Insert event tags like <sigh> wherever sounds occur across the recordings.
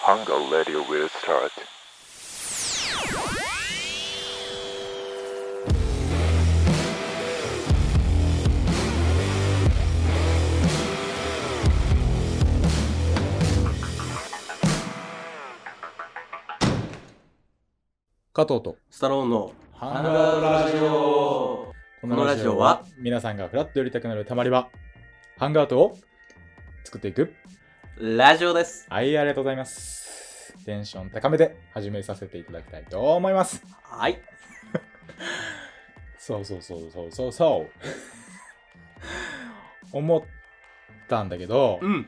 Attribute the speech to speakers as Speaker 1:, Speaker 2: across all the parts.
Speaker 1: Hunger Radio will start.
Speaker 2: 加藤と
Speaker 3: スタローンの
Speaker 2: ハ
Speaker 3: ラジオ
Speaker 2: こ
Speaker 3: のラジオは
Speaker 2: 皆さんがフラッと寄りたくなるたまり場ハンガーアウトを作っていく
Speaker 3: ラジオです
Speaker 2: はいありがとうございますテンション高めて始めさせていただきたいと思います
Speaker 3: はい
Speaker 2: そうそうそうそうそうそう思ったんだけど
Speaker 3: ん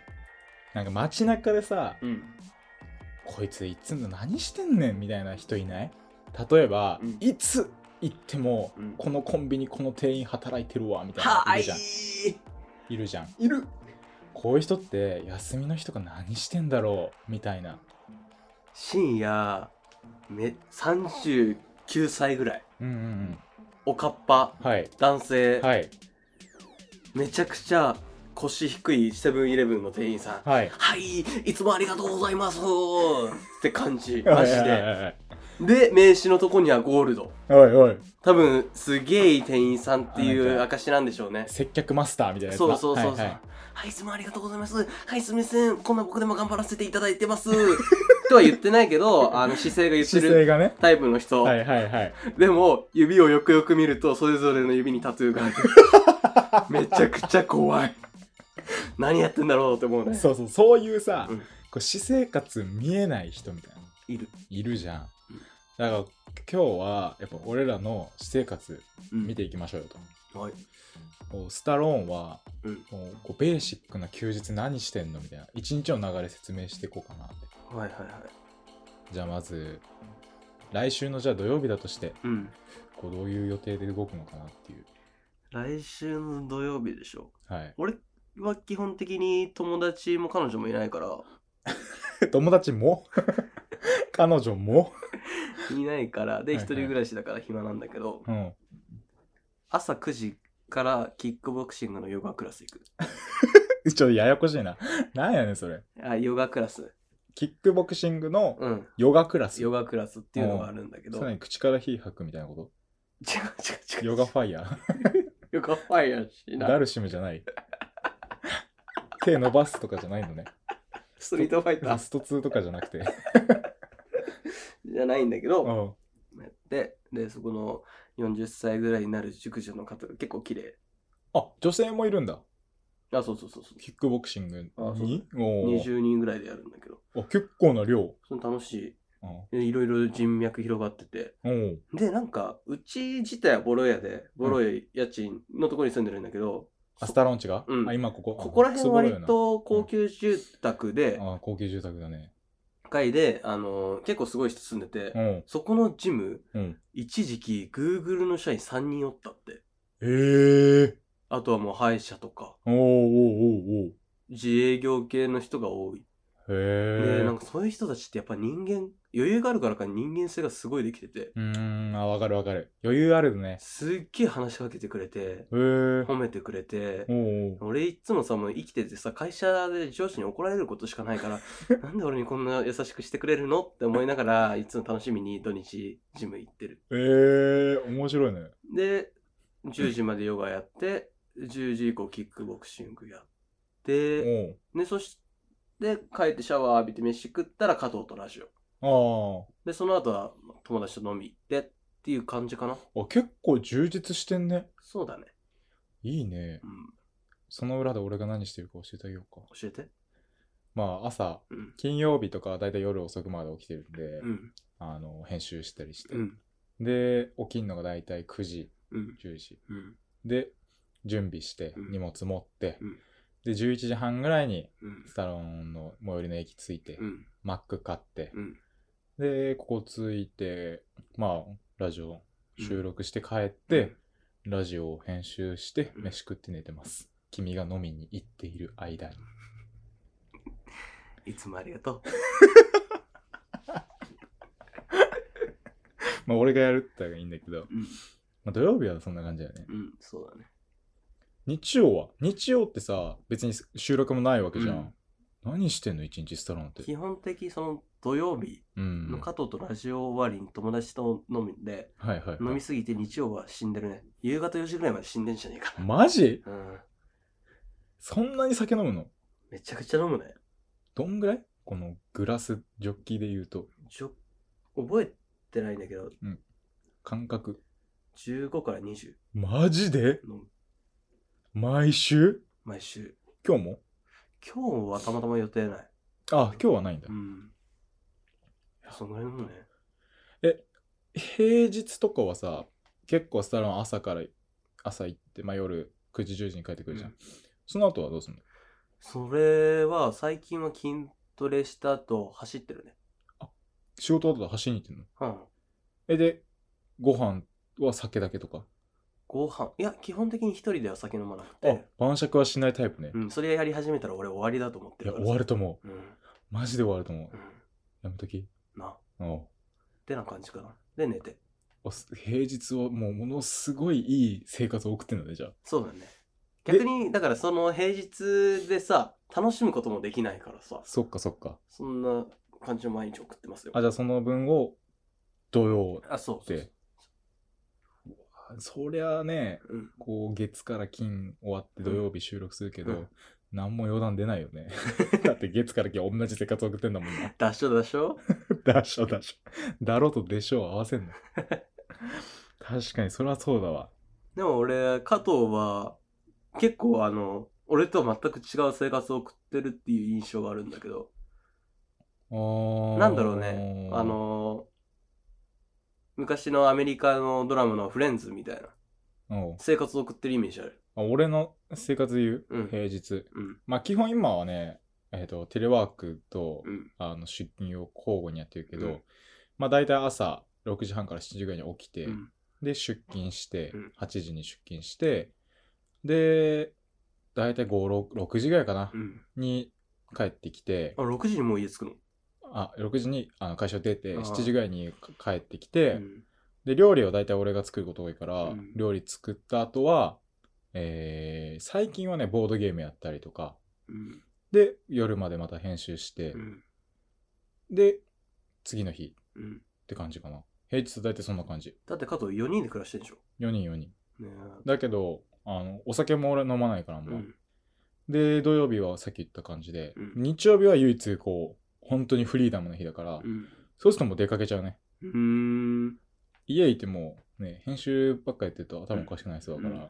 Speaker 2: なんか街中でさ
Speaker 3: うん
Speaker 2: こいついつも何してんねんみたいな人いない例えば、
Speaker 3: うん
Speaker 2: いつ行っても、
Speaker 3: うん
Speaker 2: このコンビニこの店員働いてるわみたいな人
Speaker 3: はい
Speaker 2: る
Speaker 3: い
Speaker 2: じゃんいるじゃん
Speaker 3: いる
Speaker 2: こういう人って休みの日とか何してんだろうみたいな、
Speaker 3: 深夜め39歳ぐらい
Speaker 2: うんうんうん、
Speaker 3: おかっぱ
Speaker 2: はい
Speaker 3: 男性、
Speaker 2: はい
Speaker 3: めちゃくちゃ腰低いセブンイレブンの店員さんは
Speaker 2: はい
Speaker 3: いいつもありがとうございますって感じマジで
Speaker 2: で
Speaker 3: で名刺のとこにはゴールド
Speaker 2: おいおい
Speaker 3: 多分すげえいい店員さんってい
Speaker 2: あなん
Speaker 3: う
Speaker 2: か
Speaker 3: 証なんでしょうね
Speaker 2: 接客マスターみたいなやつな
Speaker 3: そうそうそうそ
Speaker 2: は
Speaker 3: う。はいい、
Speaker 2: はい
Speaker 3: い、すみません、ありがとうございます。はい、すみません、こんな僕でも頑張らせていただいてます。 <laughs> とは言ってないけど、あの、姿勢が言って
Speaker 2: 姿勢
Speaker 3: る
Speaker 2: がね
Speaker 3: タイプの人。
Speaker 2: はいはいはい
Speaker 3: でも、指をよくよく見ると、それぞれの指にタトゥーが入ってる。
Speaker 2: <laughs>
Speaker 3: めちゃくちゃ怖い。何やってんだろうって思うね。
Speaker 2: そうそうそういうさ、
Speaker 3: うん
Speaker 2: こう私生活見えない人みたいない
Speaker 3: る。
Speaker 2: いるじゃん
Speaker 3: うん
Speaker 2: だから今日はやっぱ俺らの私生活見ていきましょうよと、
Speaker 3: はい。
Speaker 2: こうスタローンは、
Speaker 3: うん
Speaker 2: こうこうベーシックな休日何してんのみたいな一日の流れ説明していこうかなって
Speaker 3: はいはいはい。
Speaker 2: じゃあまず来週のじゃあ土曜日だとして
Speaker 3: うん。
Speaker 2: こうどういう予定で動くのかなっていう
Speaker 3: 来週の土曜日でしょ。
Speaker 2: はい
Speaker 3: 俺は基本的に友達も彼女もいないから、
Speaker 2: <laughs> 友達も <laughs> 彼女も
Speaker 3: いないから、
Speaker 2: は
Speaker 3: で、
Speaker 2: いは
Speaker 3: 一
Speaker 2: い
Speaker 3: 人暮らしだから暇なんだけど、
Speaker 2: うん
Speaker 3: 朝9時からキックボクシングのヨガクラス行く。
Speaker 2: <laughs> ちょっとややこしいななんやねんそれ
Speaker 3: あ、ヨガクラス。
Speaker 2: キックボクシングの
Speaker 3: うん。
Speaker 2: ヨガクラス
Speaker 3: ヨガクラスっていうのがあるんだけど。
Speaker 2: さら
Speaker 3: 違う
Speaker 2: に口から火吐くみたいなこ
Speaker 3: 違う違
Speaker 2: と
Speaker 3: う。
Speaker 2: ヨガファイヤー
Speaker 3: ヨガファイヤーし
Speaker 2: ダ
Speaker 3: な。
Speaker 2: ルシムじゃ
Speaker 3: <laughs>
Speaker 2: ない手伸ばすとかじゃないのね
Speaker 3: ストリートファイタ
Speaker 2: ラ
Speaker 3: ー
Speaker 2: スト2とかじゃなく
Speaker 3: <laughs>
Speaker 2: て
Speaker 3: じゃないんだけ
Speaker 2: う
Speaker 3: ど、
Speaker 2: ん
Speaker 3: で、で、そこの40歳ぐらいになる熟女の方が結構綺麗。
Speaker 2: あ女性もいるんだ
Speaker 3: あ、そうそうそうそう。
Speaker 2: キックボクシング
Speaker 3: あそう
Speaker 2: におー
Speaker 3: 20人ぐらいでやるんだけど、
Speaker 2: あ結構な量
Speaker 3: その楽しい。
Speaker 2: うん
Speaker 3: でいろいろ人脈広がってて。
Speaker 2: うん
Speaker 3: で、なんか、うち自体はボロ屋で、ボロい家賃のところに住んでるんだけど、
Speaker 2: アスタロンチが、
Speaker 3: うん
Speaker 2: あ今ここ
Speaker 3: ここら辺割
Speaker 2: あ
Speaker 3: と高級住宅
Speaker 2: すご
Speaker 3: で
Speaker 2: い、よなあ高級住宅だね
Speaker 3: 階で、あのー結構すごい人住んで
Speaker 2: う
Speaker 3: て、
Speaker 2: ん
Speaker 3: そこのジム、
Speaker 2: うん
Speaker 3: 一時期 Google の社員3人おったって。
Speaker 2: ええ
Speaker 3: あとはもう歯医者とか、
Speaker 2: おーおーおー
Speaker 3: 自営業系の人が多い。
Speaker 2: おーへ
Speaker 3: で、
Speaker 2: え
Speaker 3: なんかそういう人たちってやっぱ人間、余裕があるからか人間性がすごいできてて、
Speaker 2: うーんあわかるわかる余裕あるね
Speaker 3: すっげえ話しかけてくれて、
Speaker 2: へえお
Speaker 3: 褒めてくれて
Speaker 2: お、ー
Speaker 3: 俺いつもさ、もう生きててさ、会社で上司に怒られることしかな
Speaker 2: <laughs>
Speaker 3: いから、なんで俺にこんな優しくしてくれるのって思いながら、いつも楽しみに土日ジム行ってる。
Speaker 2: ええ面白いね
Speaker 3: で、10時までヨガやって、10時以降キックボクシングやって、で、そして帰ってシャワー浴びて飯食ったら加藤とラジオ。
Speaker 2: おん
Speaker 3: で、その後は友達と飲み行ってっていう感じかな。
Speaker 2: あーあ結構充実してんね
Speaker 3: そうだね。
Speaker 2: いいね
Speaker 3: うん。
Speaker 2: その裏で俺が何してるか教えてあげようか
Speaker 3: 教えて。
Speaker 2: まあ朝
Speaker 3: うん。
Speaker 2: 金曜日とかだいたい夜遅くまで起きてるんで、
Speaker 3: うん。
Speaker 2: あの編集したりして、
Speaker 3: うん。
Speaker 2: で起きんのがだいたい9時
Speaker 3: うん。
Speaker 2: 10時
Speaker 3: うん。
Speaker 2: で準備して
Speaker 3: うん
Speaker 2: 荷物持って、
Speaker 3: うん
Speaker 2: で11時半ぐらいに
Speaker 3: うん。
Speaker 2: スタロンの最寄りの駅着いて、
Speaker 3: うん。
Speaker 2: マック買って、
Speaker 3: うん。
Speaker 2: でここ着いてまあラジオ収録して帰って、ラジオを編集して
Speaker 3: うん
Speaker 2: 飯食って寝てます、君が飲みに行っている間に
Speaker 3: いつもありがと
Speaker 2: まあ俺がやるってのがいいんだけど、
Speaker 3: うん
Speaker 2: まあ、土曜日はそんな感じだよね
Speaker 3: う。うん。そう
Speaker 2: <laughs>
Speaker 3: だね。
Speaker 2: 日曜は日曜ってさ別に収録もないわけじゃん、何してんの一日ストロンって。
Speaker 3: 基本的その土曜日
Speaker 2: うん
Speaker 3: の。加藤とラジオ終わりに友達と飲むんで、
Speaker 2: はいはい、
Speaker 3: 飲
Speaker 2: は
Speaker 3: み
Speaker 2: い。
Speaker 3: すぎて日曜は死んでるね夕方4時ぐらいまで死んでんじゃねえかな、
Speaker 2: マジ
Speaker 3: うん、
Speaker 2: そんなに酒飲むの
Speaker 3: めちゃくちゃ飲むね
Speaker 2: どんぐらいこのグラス、ジョッキで言うと、
Speaker 3: ちょ覚えてないんだけど
Speaker 2: 感覚。
Speaker 3: 15から20
Speaker 2: マジで
Speaker 3: 飲む
Speaker 2: 毎週
Speaker 3: 毎週
Speaker 2: 今日も
Speaker 3: 今日はたまたま予定ない
Speaker 2: あ、今日はないんだ
Speaker 3: う。んそのぐらい飲むね
Speaker 2: 平日とかはさ、結構スタロン朝から、朝行って、まあ夜9時10時に帰ってくるじゃん。
Speaker 3: うん
Speaker 2: その後はどうすんの
Speaker 3: それは最近は筋トレした後走ってるね
Speaker 2: 仕事だと走りに行ってんの
Speaker 3: うん
Speaker 2: え、で、ご飯は酒だけとか。
Speaker 3: ご飯いや基本的に一人では酒飲まなく
Speaker 2: あ
Speaker 3: て、
Speaker 2: 晩酌はしないタイプね。
Speaker 3: うん、それやり始めたら俺終わりだと思って
Speaker 2: いや、
Speaker 3: るから
Speaker 2: 終わると思
Speaker 3: うん
Speaker 2: う。マジで終わると思う。
Speaker 3: うん
Speaker 2: やめとき。
Speaker 3: なっ
Speaker 2: おう
Speaker 3: てな感じかなで寝て
Speaker 2: おす平日はもうものすごいいい生活を送ってんだね、じゃあ。
Speaker 3: そうだね
Speaker 2: で
Speaker 3: 逆にだからその平日でさ楽しむこともできないからさ
Speaker 2: そっかそっか。
Speaker 3: そんな感じの毎日送ってますよ
Speaker 2: あ、じゃあその分を土曜
Speaker 3: あそうそうそう
Speaker 2: で。そりゃあね、
Speaker 3: うん
Speaker 2: こう月から金終わって土曜日収録するけど、
Speaker 3: うん
Speaker 2: 何も余談出ないよ <laughs> ね。だって月から金同じ生活送ってんだもんな。
Speaker 3: だっしょだっしょ
Speaker 2: <laughs> だしょだしょ。だろとでしょを合わせん <laughs> の。確かにそれはそうだわ。
Speaker 3: でも俺加藤は結構あの俺とは全く違う生活を送ってるっていう印象があるんだけどな
Speaker 2: なん
Speaker 3: だろうねあ、の昔のアメリカのドラマの「フレンズ」みたいな
Speaker 2: おう
Speaker 3: 生活を送ってるイメージある
Speaker 2: あ俺の生活で言う、
Speaker 3: うん
Speaker 2: 平日。
Speaker 3: うん
Speaker 2: まあ基本今はね、えっとテレワークと、
Speaker 3: うん
Speaker 2: あの出勤を交互にやってるけど、
Speaker 3: うん
Speaker 2: まあ大体朝6時半から7時ぐらいに起きて、
Speaker 3: うん
Speaker 2: で出勤して、
Speaker 3: うん
Speaker 2: 8時に出勤してで大体56時ぐらいかな、
Speaker 3: うん
Speaker 2: に帰ってきて
Speaker 3: あ6時にもう家着くの
Speaker 2: あ6時にあの会社を出て
Speaker 3: あー
Speaker 2: 7時ぐらいに帰ってきて、
Speaker 3: うん
Speaker 2: で料理は大体俺が作ることが多いから、
Speaker 3: うん
Speaker 2: 料理作った後はえー最近はねボードゲームやったりとか
Speaker 3: うん
Speaker 2: で夜までまた編集して、
Speaker 3: うん
Speaker 2: で次の日
Speaker 3: うん
Speaker 2: って感じかな平日大体そんな感じ
Speaker 3: だって加藤4人で暮らしてるでしょ
Speaker 2: 4人4人
Speaker 3: ねえ
Speaker 2: だけどあのお酒も俺飲まないから
Speaker 3: う
Speaker 2: もう、
Speaker 3: ん
Speaker 2: で土曜日はさっき言った感じで、
Speaker 3: うん
Speaker 2: 日曜日は唯一こう本当にフリーダムの日だから、
Speaker 3: うん
Speaker 2: そうするともう出かけちゃうね
Speaker 3: うーん
Speaker 2: 家いてもね編集ばっかやってると頭おかしくない人だから、
Speaker 3: うん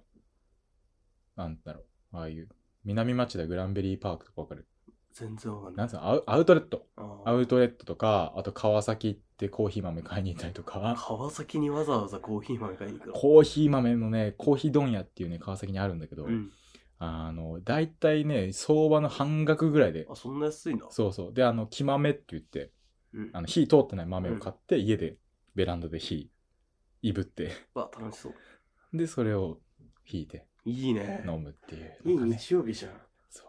Speaker 2: なんだろうああいう南町田グランベリーパークとかわかる
Speaker 3: 全然わかんな
Speaker 2: なん
Speaker 3: い
Speaker 2: つうのアウアウトレット
Speaker 3: あー
Speaker 2: アウトレットとかあと川崎行ってコーヒー豆買いに行ったりとか
Speaker 3: <laughs> 川崎にわざわざコーヒー豆買いに行くの
Speaker 2: コーヒー豆のねコーヒー問屋っていうね川崎にあるんだけど、
Speaker 3: うん
Speaker 2: あの、大体ね、相場の半額ぐらいで、
Speaker 3: あそんな安いんだ
Speaker 2: そうそう。で、あの、木豆って言って、
Speaker 3: うん
Speaker 2: あの、火通ってない豆を買って、家で、ベランダで火、いぶって、 <laughs>
Speaker 3: わ楽しそう
Speaker 2: で、それを引いて
Speaker 3: いいね
Speaker 2: 飲むっていう
Speaker 3: いい
Speaker 2: のがね。
Speaker 3: 日曜日じゃん
Speaker 2: そう。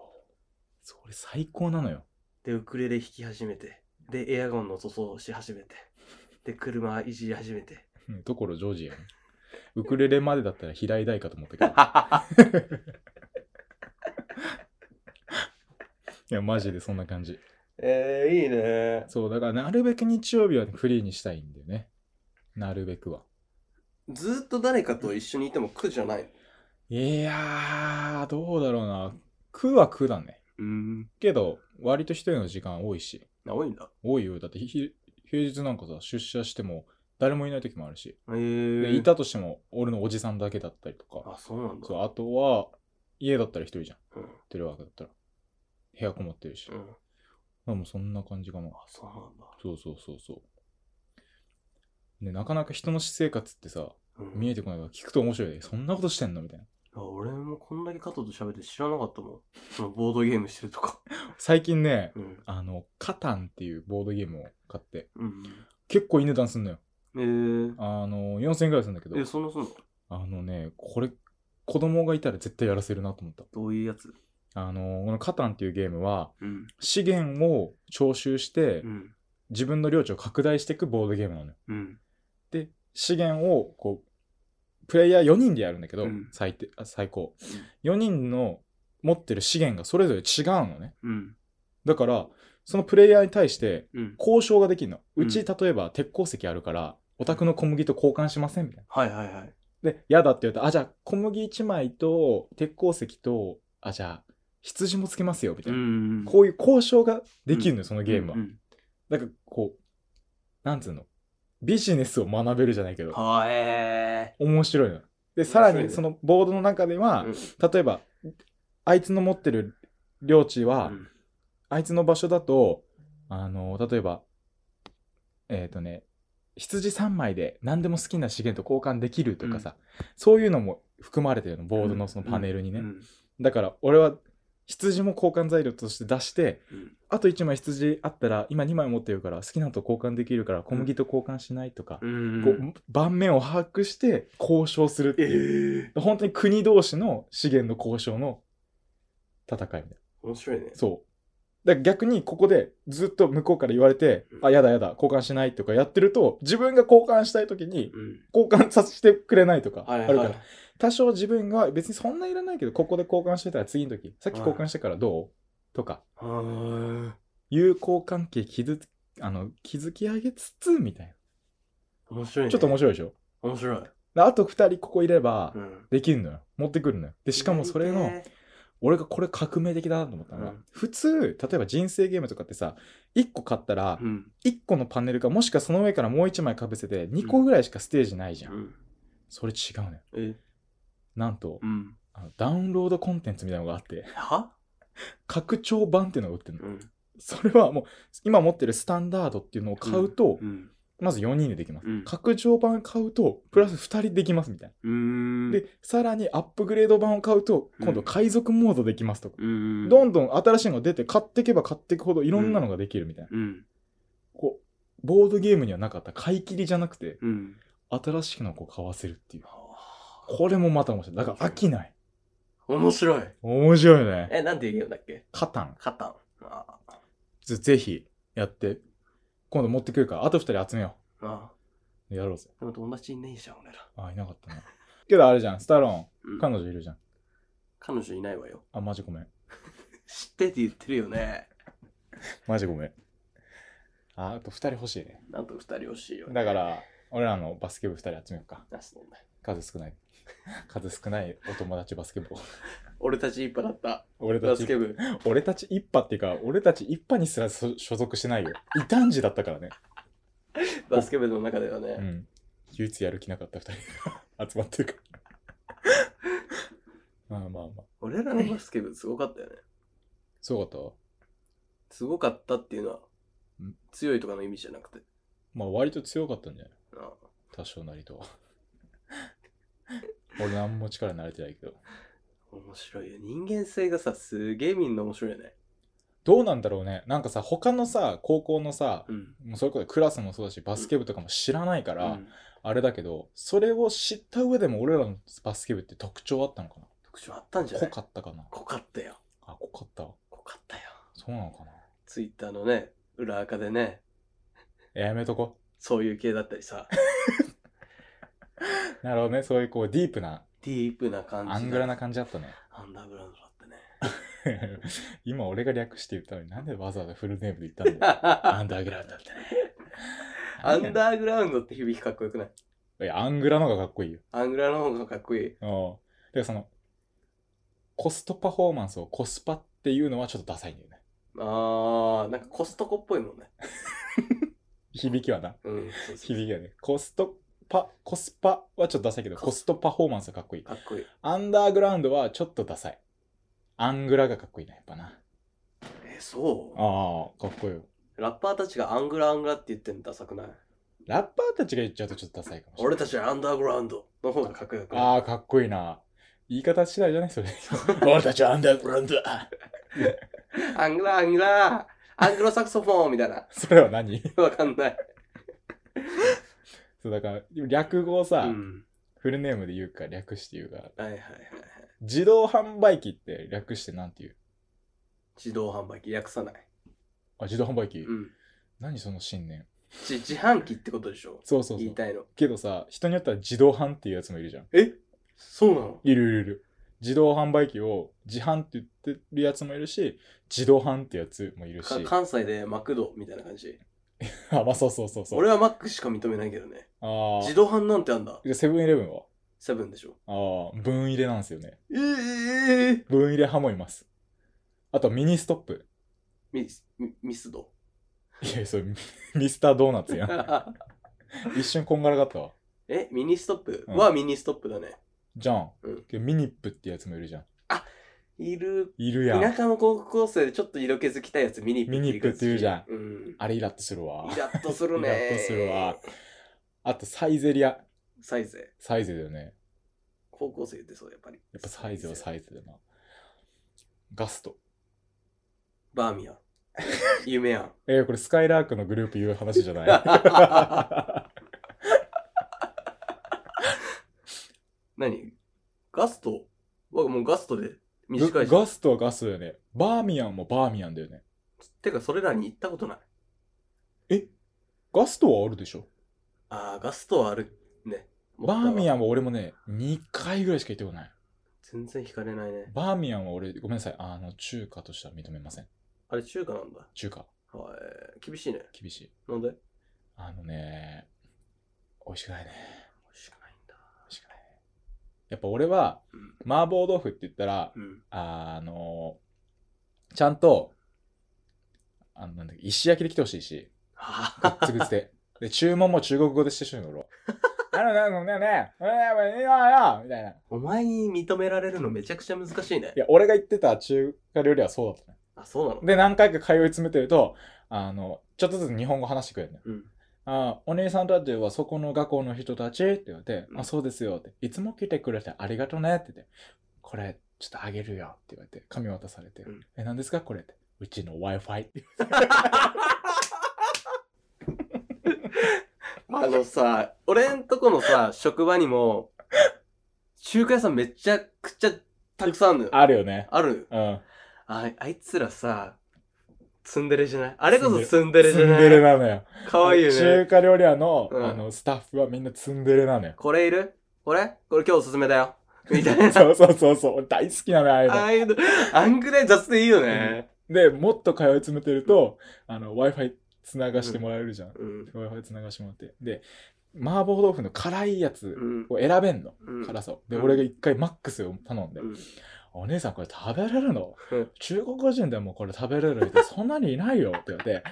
Speaker 2: それ最高なのよ。
Speaker 3: でウクレレ弾き始めてでエアゴンの塗装し始めてで車いじり始めて
Speaker 2: うんところジョージやん。ウクレレまでだったら平井大かと思ったけ
Speaker 3: <laughs>
Speaker 2: ど。いや、マジでそんな感じ。
Speaker 3: <laughs> えー、いいね
Speaker 2: そう、だからなるべく日曜日はフリーにしたいんだよね。なるべくは。
Speaker 3: ずーっと誰かと一緒にいても苦じゃない
Speaker 2: いやー、どうだろうな。苦は苦だね。
Speaker 3: うん
Speaker 2: けど、割と一人の時間多いし。
Speaker 3: 多いんだ
Speaker 2: 多いよ。だってひ、ひ平日なんかさ、出社しても誰もいない時もあるし。
Speaker 3: えー、
Speaker 2: で、いたとしても、俺のおじさんだけだったりとか。
Speaker 3: あそうなんだ
Speaker 2: そう、あとは、家だったら一人じゃん。
Speaker 3: うん
Speaker 2: テレワークだったら。部屋こもってるし。
Speaker 3: うん
Speaker 2: まあもうそんな感じかな。
Speaker 3: あそうなんだ
Speaker 2: そうそうそうそう。ね、なかなか人の私生活ってさ、
Speaker 3: うん
Speaker 2: 見えてこないから聞くと面白いね。そんなことしてんのみたいな。
Speaker 3: あ俺もこんだけ加藤と喋って知らなかったもん。そのボードゲームしてる
Speaker 2: <laughs>
Speaker 3: とか。
Speaker 2: 最近ね、
Speaker 3: うん。
Speaker 2: あの、カタンっていうボードゲームを買って、
Speaker 3: うん。
Speaker 2: 結構いい値段すんのよ。
Speaker 3: えー、
Speaker 2: あの、4000円ぐらいするんだけど
Speaker 3: え、、そんなそんな
Speaker 2: あのね、これ、子供がいたら絶対やらせるなと思った。
Speaker 3: どういうやつ
Speaker 2: あの、このカタンっていうゲームは、
Speaker 3: うん。
Speaker 2: 資源を徴収して
Speaker 3: う、ん。
Speaker 2: 自分の領地を拡大していくボードゲームなのよ。
Speaker 3: うん。
Speaker 2: で、資源を、こう、プレイヤー4人でやるんだけど、
Speaker 3: うん
Speaker 2: 最低あ最高。4人の持ってる資源がそれぞれ違うのね。
Speaker 3: うん。
Speaker 2: だから、そのプレイヤーに対して
Speaker 3: うん。
Speaker 2: 交渉ができるの。
Speaker 3: う
Speaker 2: うんち、例えば鉄鉱石あるから、お宅の小麦と交換しませんみたい
Speaker 3: はいはいはい。
Speaker 2: な。で、嫌だって言うと、あ、じゃあ小麦1枚と鉄鉱石と、あ、じゃあ羊もつけますよみたいな。
Speaker 3: ん
Speaker 2: こういう交渉ができるのよ、そのゲームは
Speaker 3: う。ん
Speaker 2: なんかこう、なんつうの、ビジネスを学べるじゃないけ
Speaker 3: うん
Speaker 2: ど、
Speaker 3: はえ
Speaker 2: 面白いの。で、さら
Speaker 3: 面白いね
Speaker 2: にそのボードの中では、例えば、あいつの持ってる領地は、
Speaker 3: うん
Speaker 2: あいつの場所だと、あの、例えば、えっ、とね、羊3枚で何でも好きな資源と交換できるとかさ、そういうのも含まれてるの、ボードのそのパネルにね。
Speaker 3: うん
Speaker 2: だから、俺は羊も交換材料として出して、
Speaker 3: うん
Speaker 2: あと1枚羊あったら今2枚持ってるから好きなのと交換できるから小麦と交換しないとか、
Speaker 3: うん
Speaker 2: こう盤面を把握して交渉するって
Speaker 3: え
Speaker 2: いう、
Speaker 3: ー
Speaker 2: 本当に国同士の資源の交渉の戦いみたいな
Speaker 3: 面白いね。
Speaker 2: そうだから逆にここでずっと向こうから言われて「あやだやだ交換しない」とかやってると自分が交換したい時に
Speaker 3: うん
Speaker 2: 交換させてくれないとかあ
Speaker 3: はい
Speaker 2: る
Speaker 3: は
Speaker 2: か
Speaker 3: い
Speaker 2: ら、
Speaker 3: はい。
Speaker 2: 多少自分が別にそんないらないけどここで交換してたら次の時さっき交換してからどうとか
Speaker 3: は
Speaker 2: 友好関係築つあの築き上げつつみたい
Speaker 3: ー面白い
Speaker 2: な
Speaker 3: ね。
Speaker 2: ちょっと面白いでしょ
Speaker 3: 面白い。
Speaker 2: であと2人ここいれば
Speaker 3: うん
Speaker 2: できるのよ持ってくるのよでしかもそれの俺がこれ革命的だなと思ったのが、
Speaker 3: うん
Speaker 2: 普通例えば人生ゲームとかってさ1個買ったら
Speaker 3: うん。
Speaker 2: 1個のパネルかもしくはその上からもう1枚かぶせて2個ぐらいしかステージないじゃん、
Speaker 3: うん
Speaker 2: それ違うのよ
Speaker 3: え、
Speaker 2: なんと
Speaker 3: うん。
Speaker 2: あのダウンロードコンテンツみたいなのがあって
Speaker 3: は
Speaker 2: 拡張版っていうのが売ってるの
Speaker 3: うん。
Speaker 2: それはもう今持ってるスタンダードっていうのを買うと、
Speaker 3: うん。
Speaker 2: まず4人でできます。
Speaker 3: うん
Speaker 2: 拡張版買うと、プラス2人できますみたいな。
Speaker 3: うーん。
Speaker 2: で、さらにアップグレード版を買うと、
Speaker 3: うん
Speaker 2: 今度海賊モードできますとか。
Speaker 3: うん。
Speaker 2: どんどん新しいのが出て、買っていけば買っていくほどいろんなのができるみたいな。
Speaker 3: うん。
Speaker 2: こう、ボードゲームにはなかった買い切りじゃなくて、
Speaker 3: うん。
Speaker 2: 新しいのをこう買わせるっていう。
Speaker 3: は
Speaker 2: これもまた面白い。だから飽きない。
Speaker 3: ー面白い。
Speaker 2: 面白いね。
Speaker 3: え、なんていうゲームだっけ
Speaker 2: カタン。
Speaker 3: カタン。あー
Speaker 2: ぜぜひ、やって。今度持ってくるから、あと2人集めよ
Speaker 3: あ
Speaker 2: う。やろうぜ。
Speaker 3: ー。でも友達いないじゃん、俺ら。
Speaker 2: あ、いなかったな。けどあれじゃん、スタロ
Speaker 3: うん
Speaker 2: ーン。彼女いるじゃん。
Speaker 3: 彼女いないわよ。
Speaker 2: あ、マジごめん。
Speaker 3: 知ってって言ってるよね。
Speaker 2: マジごめん。あ、あと2人欲しいね。
Speaker 3: なんと二人欲しいよね。
Speaker 2: だから、俺らのバスケ部2人集めようか。
Speaker 3: あそうだ
Speaker 2: 数少ない。数少ないお友達バスケ部を。
Speaker 3: 俺たち一派だった。
Speaker 2: 俺た
Speaker 3: バ
Speaker 2: ち
Speaker 3: ス、ケ部。
Speaker 2: 俺たち一派っていうか、俺たち一派にすら所所属してないよ。異端児だったからね。
Speaker 3: バスケ部の中ではね。
Speaker 2: うん。唯一やる気なかった2人が <laughs> 集まってる
Speaker 3: <laughs>
Speaker 2: から。まあまあまあ。
Speaker 3: 俺らのバスケ部すごかったよね。
Speaker 2: すごかった
Speaker 3: すごかったっていうのは
Speaker 2: うん、
Speaker 3: 強いとかの意味じゃなくて。
Speaker 2: まあ割と強かったんじゃない
Speaker 3: あ
Speaker 2: 多少なりとは。
Speaker 3: <laughs>
Speaker 2: 俺なんも力になれてないけど。
Speaker 3: 面白いよ。人間性がさ、すげえみんな面白いよね。
Speaker 2: どうなんだろうね。なんかさ、他のさ、高校のさ、
Speaker 3: うん。
Speaker 2: もうそれこそクラスもそうだしバスケ部とかも知らないから、
Speaker 3: うん
Speaker 2: あれだけどそれを知った上でも俺らのバスケ部って特徴あったのかな
Speaker 3: 特徴あったんじゃな
Speaker 2: 濃
Speaker 3: い
Speaker 2: かったかな
Speaker 3: 濃かったよ。
Speaker 2: あ濃かった
Speaker 3: 濃かったよ。
Speaker 2: そうなのかな
Speaker 3: ツイッターのね、裏垢でね、
Speaker 2: えやめとこ
Speaker 3: そういう系だった
Speaker 2: <laughs>
Speaker 3: りさ、
Speaker 2: なるほどねそういうこうディープな
Speaker 3: ディープな感じ。
Speaker 2: アングラな
Speaker 3: じ。
Speaker 2: 感じだ <laughs> ったね
Speaker 3: アンダーグラウンドだったね。
Speaker 2: 今俺が略して言ったのになんでわざわざフルネームで言ったん <laughs> だよア
Speaker 3: ア
Speaker 2: ンダーグラウンドってね
Speaker 3: ンダーグラウンドって響きかっこよくない
Speaker 2: いやアングラの方がかっこいいよ
Speaker 3: アングラの方がかっこいい。
Speaker 2: うんでそのコストパフォーマンスをコスパっていうのはちょっとダサいんだよね
Speaker 3: あー、なんかコストコっぽいもんね。
Speaker 2: 響きはな
Speaker 3: うん、そうそう
Speaker 2: 響きがねコストパコスパはちょっとダサいけど
Speaker 3: コ
Speaker 2: コ
Speaker 3: ス
Speaker 2: ストパフォーマンスはかっこいい
Speaker 3: かっこいい。
Speaker 2: アンダーグラウンドはちょっとダサいアングラがかっこいいなやっぱな
Speaker 3: え、そ
Speaker 2: あーかっこいいよ
Speaker 3: うラッパーたちがアングラアングラって言ってんのダサくない
Speaker 2: ラッパーたちが言っちゃうとちょっとダサいかもしれない
Speaker 3: 俺たちはアンダーグラウンドの方がかっこよくない
Speaker 2: あーかっこいいな言い方次第じゃないそれ <laughs> 俺たちはアンダーグラウンドだ
Speaker 3: アングラアングラアングロサクソフォンみたいな。
Speaker 2: <laughs> それは何 <laughs>
Speaker 3: わかんない。
Speaker 2: そうだから略語を
Speaker 3: う
Speaker 2: さ、
Speaker 3: ん。
Speaker 2: フルネームで言うか略して言うか
Speaker 3: はいはいはい。
Speaker 2: 自動販売機って略してなんて言う
Speaker 3: 自動販売機略さない。
Speaker 2: あ自動販売機、
Speaker 3: うん。
Speaker 2: 何その信念
Speaker 3: じ自販機ってことでしょ
Speaker 2: そうそうそ
Speaker 3: 言いうたいの。
Speaker 2: けどさ人によっては自動販っていうやつもいるじゃん
Speaker 3: えそうなの
Speaker 2: いるいるいる。自動販売機を自販って言ってるやつもいるし自動販ってやつもいるし
Speaker 3: か関西でマクドみたいな感じ。
Speaker 2: あまあそうそうそうそう
Speaker 3: 俺はマックしか認めないけどね。
Speaker 2: あ
Speaker 3: 自
Speaker 2: あ
Speaker 3: 動販なんてあんだ。
Speaker 2: セブンイレブンは
Speaker 3: セブンでしょ。
Speaker 2: ああ分入れなんですよね
Speaker 3: ええええ
Speaker 2: 分入れ派もいますあとミニストップ
Speaker 3: ミス、ミミス
Speaker 2: <laughs>
Speaker 3: ド。
Speaker 2: いやそれミ <laughs> ミスタードーナツやん一瞬こんがらがったわ
Speaker 3: え、ミニストップ
Speaker 2: うん
Speaker 3: はミニストップだね。
Speaker 2: じゃん、
Speaker 3: うん
Speaker 2: けどミニップってやつもいるじゃん
Speaker 3: いる。
Speaker 2: いるや
Speaker 3: 田
Speaker 2: ん
Speaker 3: 舎の高校生でちょっと色気づきたいやつミニップ
Speaker 2: ミニップって言うじゃん
Speaker 3: うん。
Speaker 2: あれイラッとするわ
Speaker 3: イラッとするね。
Speaker 2: イラッとするわ。あとサイゼリア
Speaker 3: サイズ。
Speaker 2: サイゼだよね
Speaker 3: 高校生ってそう、やっぱり。
Speaker 2: やっぱサイゼはサイゼだなガスト
Speaker 3: バーミヤン。夢やん。
Speaker 2: えー、これスカイラークのグループ言う話じゃ
Speaker 3: <laughs>
Speaker 2: ない
Speaker 3: <laughs> 何ガストはもうガストで短いし。
Speaker 2: ガストはガストだよねバーミヤンもバーミヤンだよね
Speaker 3: てか、それらに行ったことない。
Speaker 2: ガストはあるでしょ
Speaker 3: ああ、ガストはあるね。
Speaker 2: バーミヤ
Speaker 3: ン。
Speaker 2: ンは俺もね2回ぐらいしか行ったことない
Speaker 3: 全然惹かれないね。
Speaker 2: バーミヤンは俺ごめんなさいあの中華としては認めません
Speaker 3: あれ、中華なんだ。
Speaker 2: 中華
Speaker 3: はい。厳しいね。
Speaker 2: 厳しい
Speaker 3: なんで美
Speaker 2: あのね美味しくないね
Speaker 3: 味しくないんだ。
Speaker 2: 美味しくないねやっぱ俺は
Speaker 3: うん
Speaker 2: 麻婆豆腐って言ったら
Speaker 3: うん。
Speaker 2: あのちゃんとあのなんだっけ石焼きで来てほしいし
Speaker 3: は
Speaker 2: グッツグツで。で、注文も中国語でしてしまうの、俺。あの、なのね、ね、ね、ね、よ、みたいな。い
Speaker 3: <laughs> お前に認められるのめちゃくちゃ難しいね。
Speaker 2: や、俺が言ってた中華料理はそうだったね。
Speaker 3: あ、そうなの
Speaker 2: で、何回か通い詰めてると、あの、ちょっとずつ日本語話してくれるのよ。
Speaker 3: うん。
Speaker 2: あお姉さんたちはそこの学校の人たちって言われて、
Speaker 3: うん
Speaker 2: あ、そうですよって、いつも来てくれてありがとうねって言って、これ、ちょっとあげるよって言われて、紙渡されて、
Speaker 3: うん
Speaker 2: え、何ですかこれって、うちの Wi-Fi って。
Speaker 3: あのさ、俺んとこのさ、職場にも、中華屋さんめっちゃくちゃたくさんあるのよ。
Speaker 2: あるよね。
Speaker 3: ある
Speaker 2: うん。
Speaker 3: ああいつらさ、ツンデレじゃないあれこそツンデレじゃ
Speaker 2: ツン
Speaker 3: な
Speaker 2: デレ
Speaker 3: い
Speaker 2: なのよ。
Speaker 3: かわいいよ
Speaker 2: 中
Speaker 3: ね。
Speaker 2: 華料理屋の,、
Speaker 3: うん。
Speaker 2: あのスタッフはみんなツンデレなのよ
Speaker 3: これいるこれこれ今日おすすめ
Speaker 2: <laughs>
Speaker 3: だよ。みたいな。
Speaker 2: そうそうそうそう、俺大好きなのよ、ああいう
Speaker 3: あ
Speaker 2: の。
Speaker 3: あいうの、あんぐらい雑でいいよね。
Speaker 2: で、もっと通い詰めてると、あの、Wi-Fi つながしてもらえるじゃん。
Speaker 3: うん。
Speaker 2: Wi-Fi つながしてもらって。で、麻婆豆腐の辛いやつ
Speaker 3: うん。
Speaker 2: を選べんの。
Speaker 3: うん
Speaker 2: 辛さを。で、
Speaker 3: うん
Speaker 2: 俺が一回マックスを頼んで、
Speaker 3: うん
Speaker 2: お姉さんこれ食べれるの
Speaker 3: うん
Speaker 2: 中国人でもこれ食べれる人そんなにいないよって言われて、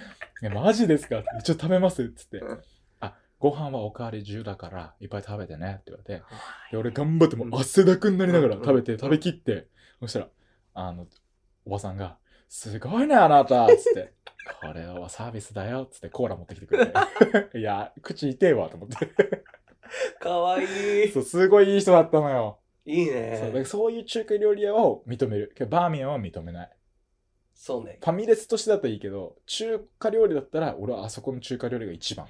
Speaker 2: いやマジですかって、一応食べますっつって
Speaker 3: うん。
Speaker 2: あ、ご飯はおかわり自由だから、いっぱい食べてねって言われて、で俺頑張ってもう汗だくになりながら
Speaker 3: うん
Speaker 2: 食べて、食べきって、そしたら、あの、おばさんが、すごいね、あなたつって、これはサービスだよつってコーラ持ってきてくれ
Speaker 3: <laughs>
Speaker 2: て、いや、口痛えわと思って。
Speaker 3: かわいい
Speaker 2: そ。う、すごいいい人だったのよ。
Speaker 3: いい
Speaker 2: そうだから
Speaker 3: ね。
Speaker 2: そういう中華料理屋を認める。けどバーミヤンは認めない。
Speaker 3: そうね。
Speaker 2: ファミレスとしてだったらいいけど、中華料理だったら、俺はあそこの中華料理が一番。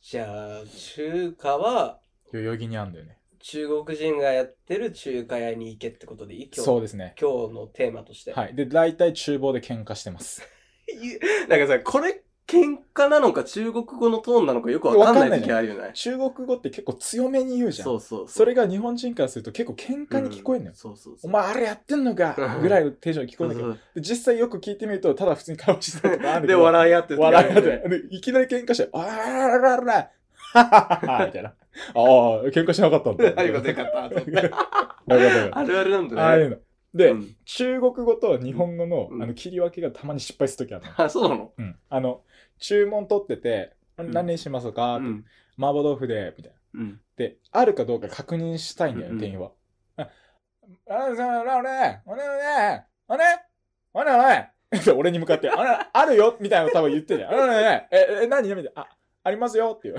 Speaker 3: じゃあ、中華は、
Speaker 2: 代々木にあんだよね。
Speaker 3: 中国人がやってる中華屋に行けってことでいい今日
Speaker 2: そうですね。
Speaker 3: 今日のテーマとして。
Speaker 2: はい。で、大体厨房で喧嘩してます。
Speaker 3: <laughs> い、なんかさ、これ喧嘩なのか中国語のトーンなのかよくわかんない時あるよね。
Speaker 2: 中国語って結構強めに言うじゃん。
Speaker 3: そうそうう。
Speaker 2: それが日本人からすると結構喧嘩に聞こえんの
Speaker 3: う
Speaker 2: よ。
Speaker 3: そうそう
Speaker 2: お前あれやってんのか
Speaker 3: うん
Speaker 2: ぐらいのテンションに聞こ
Speaker 3: そ
Speaker 2: え
Speaker 3: うん
Speaker 2: だけど、
Speaker 3: そう
Speaker 2: で実際よく聞いてみると、ただ普通に顔してたとかあるんだけ
Speaker 3: で、
Speaker 2: ど
Speaker 3: 笑い合ってる時あ
Speaker 2: 笑
Speaker 3: る
Speaker 2: い
Speaker 3: よ
Speaker 2: 合
Speaker 3: ね
Speaker 2: って、でいきなり喧嘩して、あらららら、ははははみたいな。ああ、喧嘩しなかったんだ。
Speaker 3: あよかったよかったと思って。
Speaker 2: よかったよか
Speaker 3: あ
Speaker 2: っ
Speaker 3: るあるなん
Speaker 2: たああ
Speaker 3: だ
Speaker 2: い
Speaker 3: ね。
Speaker 2: うの。で、
Speaker 3: うん
Speaker 2: 中国語と日本語の,、
Speaker 3: うん
Speaker 2: あの切り分けがたまに失敗するときあるの。
Speaker 3: あ、そうなの
Speaker 2: うんあの、注文取ってて、
Speaker 3: ん
Speaker 2: 何にしますか、
Speaker 3: う
Speaker 2: って
Speaker 3: ん。
Speaker 2: 麻婆豆腐で、みたいな。
Speaker 3: うん。
Speaker 2: で、あるかどうか確認したいんだよ、
Speaker 3: うんうん
Speaker 2: 店員は。あああれあれあれあれあれあれって俺に向かって、あれあるよみたいなの多分言ってるじゃん。あれあれえ、え、何何あ、ありますよっていう。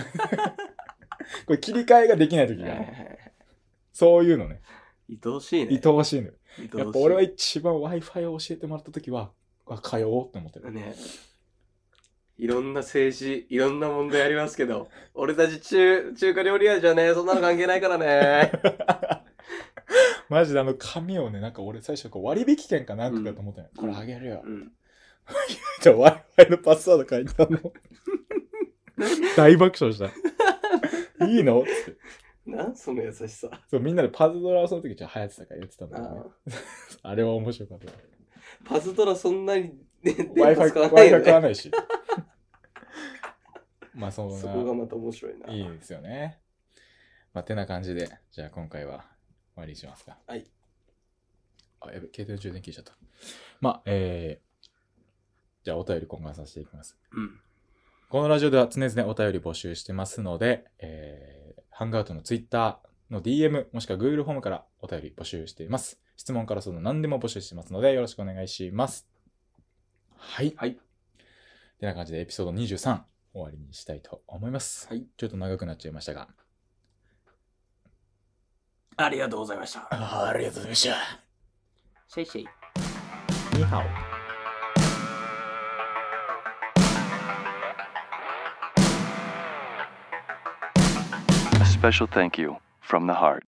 Speaker 2: これ切り替えができないとき
Speaker 3: はい
Speaker 2: が
Speaker 3: はい
Speaker 2: あ
Speaker 3: は
Speaker 2: る、
Speaker 3: い
Speaker 2: そういうのね。
Speaker 3: 愛おしいね
Speaker 2: 愛。おしいのよ。
Speaker 3: 愛
Speaker 2: やっ
Speaker 3: お
Speaker 2: ぱ
Speaker 3: しい。
Speaker 2: 俺は一番 Wi-Fi を教えてもらった時は、あ通おうって思って
Speaker 3: <laughs>
Speaker 2: る。
Speaker 3: ねいろんな政治、いろんな問題ありますけど、俺たち中中華料理屋じゃねそんなの関係ないからね。
Speaker 2: <laughs> マジであの紙をね、なんか俺最初こう割引券かなんかかと思ったのよ。
Speaker 3: うん
Speaker 2: これあげるよ
Speaker 3: う。ん、
Speaker 2: じゃあ Wi-Fi のパスワード書い
Speaker 3: <laughs>
Speaker 2: てあるの。大爆笑した。いいのって。
Speaker 3: なんその優しさ。
Speaker 2: そう、みんなでパズドラをその時ちょっと流行ってたからやってたんだ
Speaker 3: あ
Speaker 2: けどね
Speaker 3: ー。
Speaker 2: あれは面白かった。
Speaker 3: パズドラそんなに
Speaker 2: <laughs>
Speaker 3: ね電
Speaker 2: Wi-Fi
Speaker 3: 波使わないよ
Speaker 2: Wi-Fi 食わ
Speaker 3: ね。
Speaker 2: ない
Speaker 3: <laughs>
Speaker 2: し。まあ、そ
Speaker 3: そこが
Speaker 2: ん
Speaker 3: また面白いな。
Speaker 2: な、いいですよね。まあ、てな感じで、じゃあ今回は終わりにしますか。
Speaker 3: はい。
Speaker 2: あ、やべ、携帯の充電切れちゃった。まあ、えー、じゃあお便り今後させていきます。
Speaker 3: うん。
Speaker 2: このラジオでは常々お便り募集してますので、えー、ハンガウトの Twitter の DM もしくは Google フォームからお便り募集しています。質問からその何でも募集してますのでよろしくお願いします。はい。
Speaker 3: はい。
Speaker 2: てな感じでエピソード23終わりにしたいと思います。
Speaker 3: はい。
Speaker 2: ちょっと長くなっちゃいましたが。
Speaker 3: ありがとうございました。
Speaker 2: あありがとうございました。
Speaker 3: シェイシェイ。
Speaker 2: ニハオ。
Speaker 1: A special thank you from the heart.